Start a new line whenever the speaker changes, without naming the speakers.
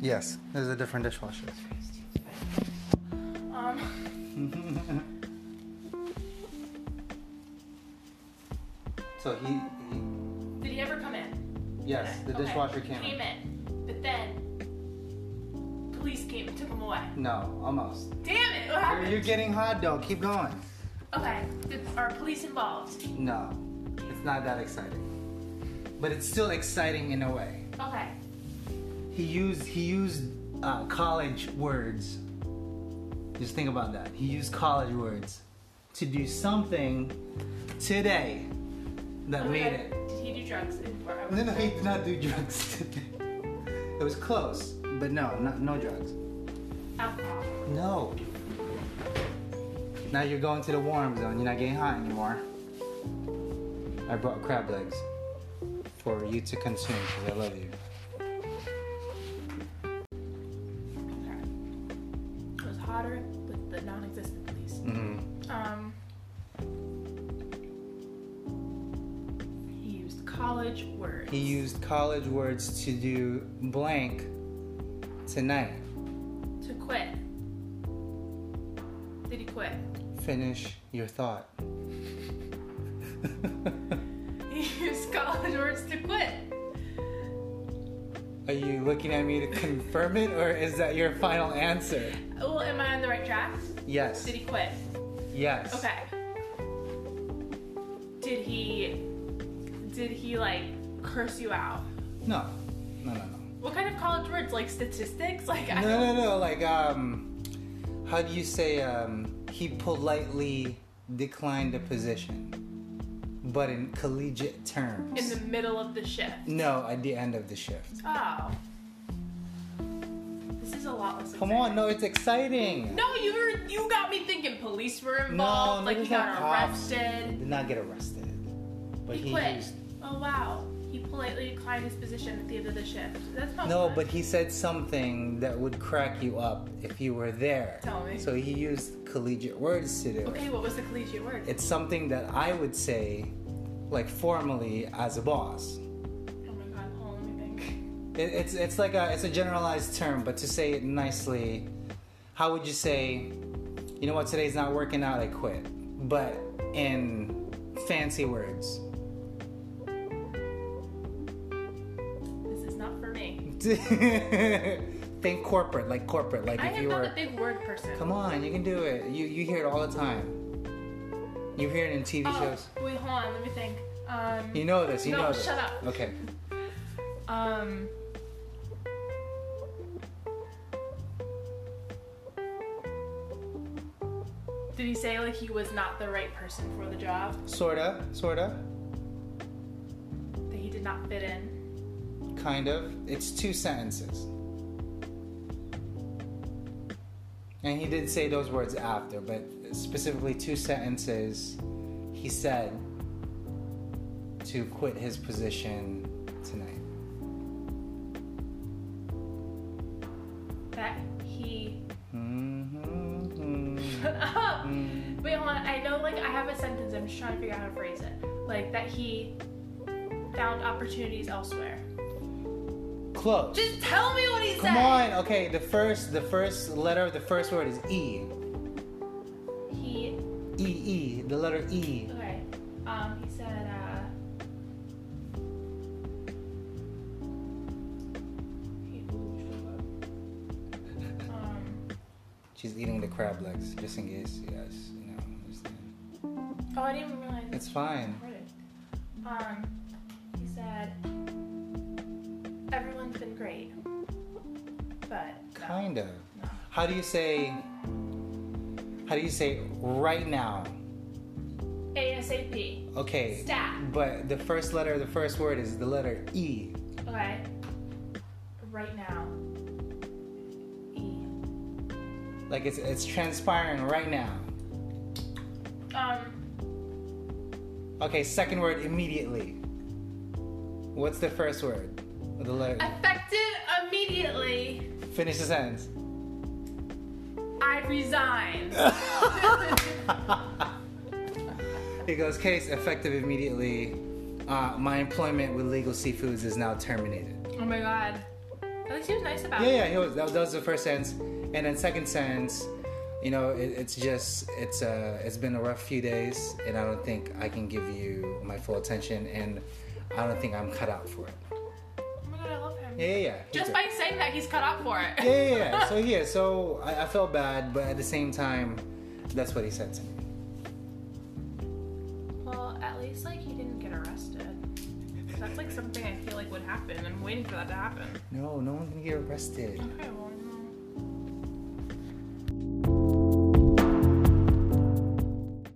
Yes, there's a different dishwasher.
Um,
So he, he
did he ever come in?
yes, the
Okay.
dishwasher
He
came.
Came
in.
in, but then police came and took him away.
No, almost.
Damn it! What
You're,
happened?
you're getting hot dog. Keep going.
Okay, did, are police involved?
No, it's not that exciting, but it's still exciting in a way.
Okay.
He used he used uh, college words. Just think about that. He used college words to do something today that
Okay.
made it.
Oh Did he do drugs? in- or-
No, no, he did not do drugs today. It was close, but no, not, no drugs.
Alcohol.
No. Now you're going to the warm zone. You're not getting hot anymore. I brought crab legs for you to consume because I love you.
Okay. It was hotter with the non-existent police.
Mm-hmm.
Um, he used college words.
He used college words to do blank tonight.
to quit. Did he quit?
Finish your thought.
He used college words to quit.
Are you looking at me to confirm it or is that your final answer?
Well, am I on the right track?
Yes.
Did he quit?
Yes.
Okay. Did he? Did he like curse you out?
No. No, no, no.
What kind of college words? Like statistics? Like I
No, no, no. Like, um, how do you say, um, he politely declined a position, but in collegiate terms?
in the middle of the shift.
no, at the end of the shift.
Oh. This is a lot less.
Come on, no, it's exciting.
No, you were you got me thinking police were involved.
no,
like
there's
he
no
got
cops.
arrested.
Did not get arrested, but
He,
he,
quit.
used.
Oh wow. He politely declined his position at the end of the shift. That's not
No,
fun.
but he said something that would crack you up if you were there.
Tell me.
So he used collegiate words to do it.
Okay, what was the collegiate word?
It's something that I would say, like formally as a boss.
oh my god, hold on, let me think.
It, it's it's like a it's a generalized term, but to say it nicely, how would you say, you know what, today's not working out, I quit, but in fancy words.
This is not for me.
Think corporate, like corporate, like
I
if
am
you
not
were.
a big word person.
Come on, you can do it. You you hear it all the time. You hear it in TV
oh,
shows.
Wait, hold on, let me think. Um
You know this. You
No,
know this.
shut up.
Okay.
um Did he say like he was not the right person for the job?
Sorta, sorta,
That he did not fit in?
kind of. It's two sentences. And he did say those words after, but specifically two sentences. He said to quit his position tonight.
That he
Mm-hmm.
Wait, hold on. I know, like, I have a sentence. I'm just trying to figure out how to phrase it. Like, that he found opportunities elsewhere.
Close.
Just tell me what he said.
Come on. Okay, the first the first letter of the first word is E.
He,
E E, the letter E.
okay. Um, he said, uh, he- um,
She's eating the crab legs, just in case you guys, you know, understand.
oh, I didn't even realize.
It's fine.
Right. Um, he said, everyone's been great, but no,
Kind of.
no.
How do you say? How do you say right now?
ASAP.
Okay.
Stat.
But the first letter of the first word is the letter E.
Okay. Right now. E.
Like it's it's transpiring right now.
Um,
Okay. Second word immediately. What's the first word? The letter.
effective immediately,
Finish the sentence.
I resign.
It goes case effective immediately. Uh, my employment with Legal Seafoods is now terminated.
oh my god. At least he was nice about
Yeah,
it.
yeah, he was. That, was- that was the first sense, and then second sense, you know, it, it's just it's uh it's been a rough few days, and I don't think I can give you my full attention, and I don't think I'm cut out for it.
Oh my god, I love him.
Yeah, yeah, yeah. he's
Just
a-
by saying that, he's cut out for it.
yeah, yeah, yeah. So yeah, so I, I felt bad, but at the same time, that's what he said to me.
Well, at least like he didn't get arrested. That's like something I feel like would happen. I'm waiting for that to happen.
No, no one's gonna get arrested.
Okay, well,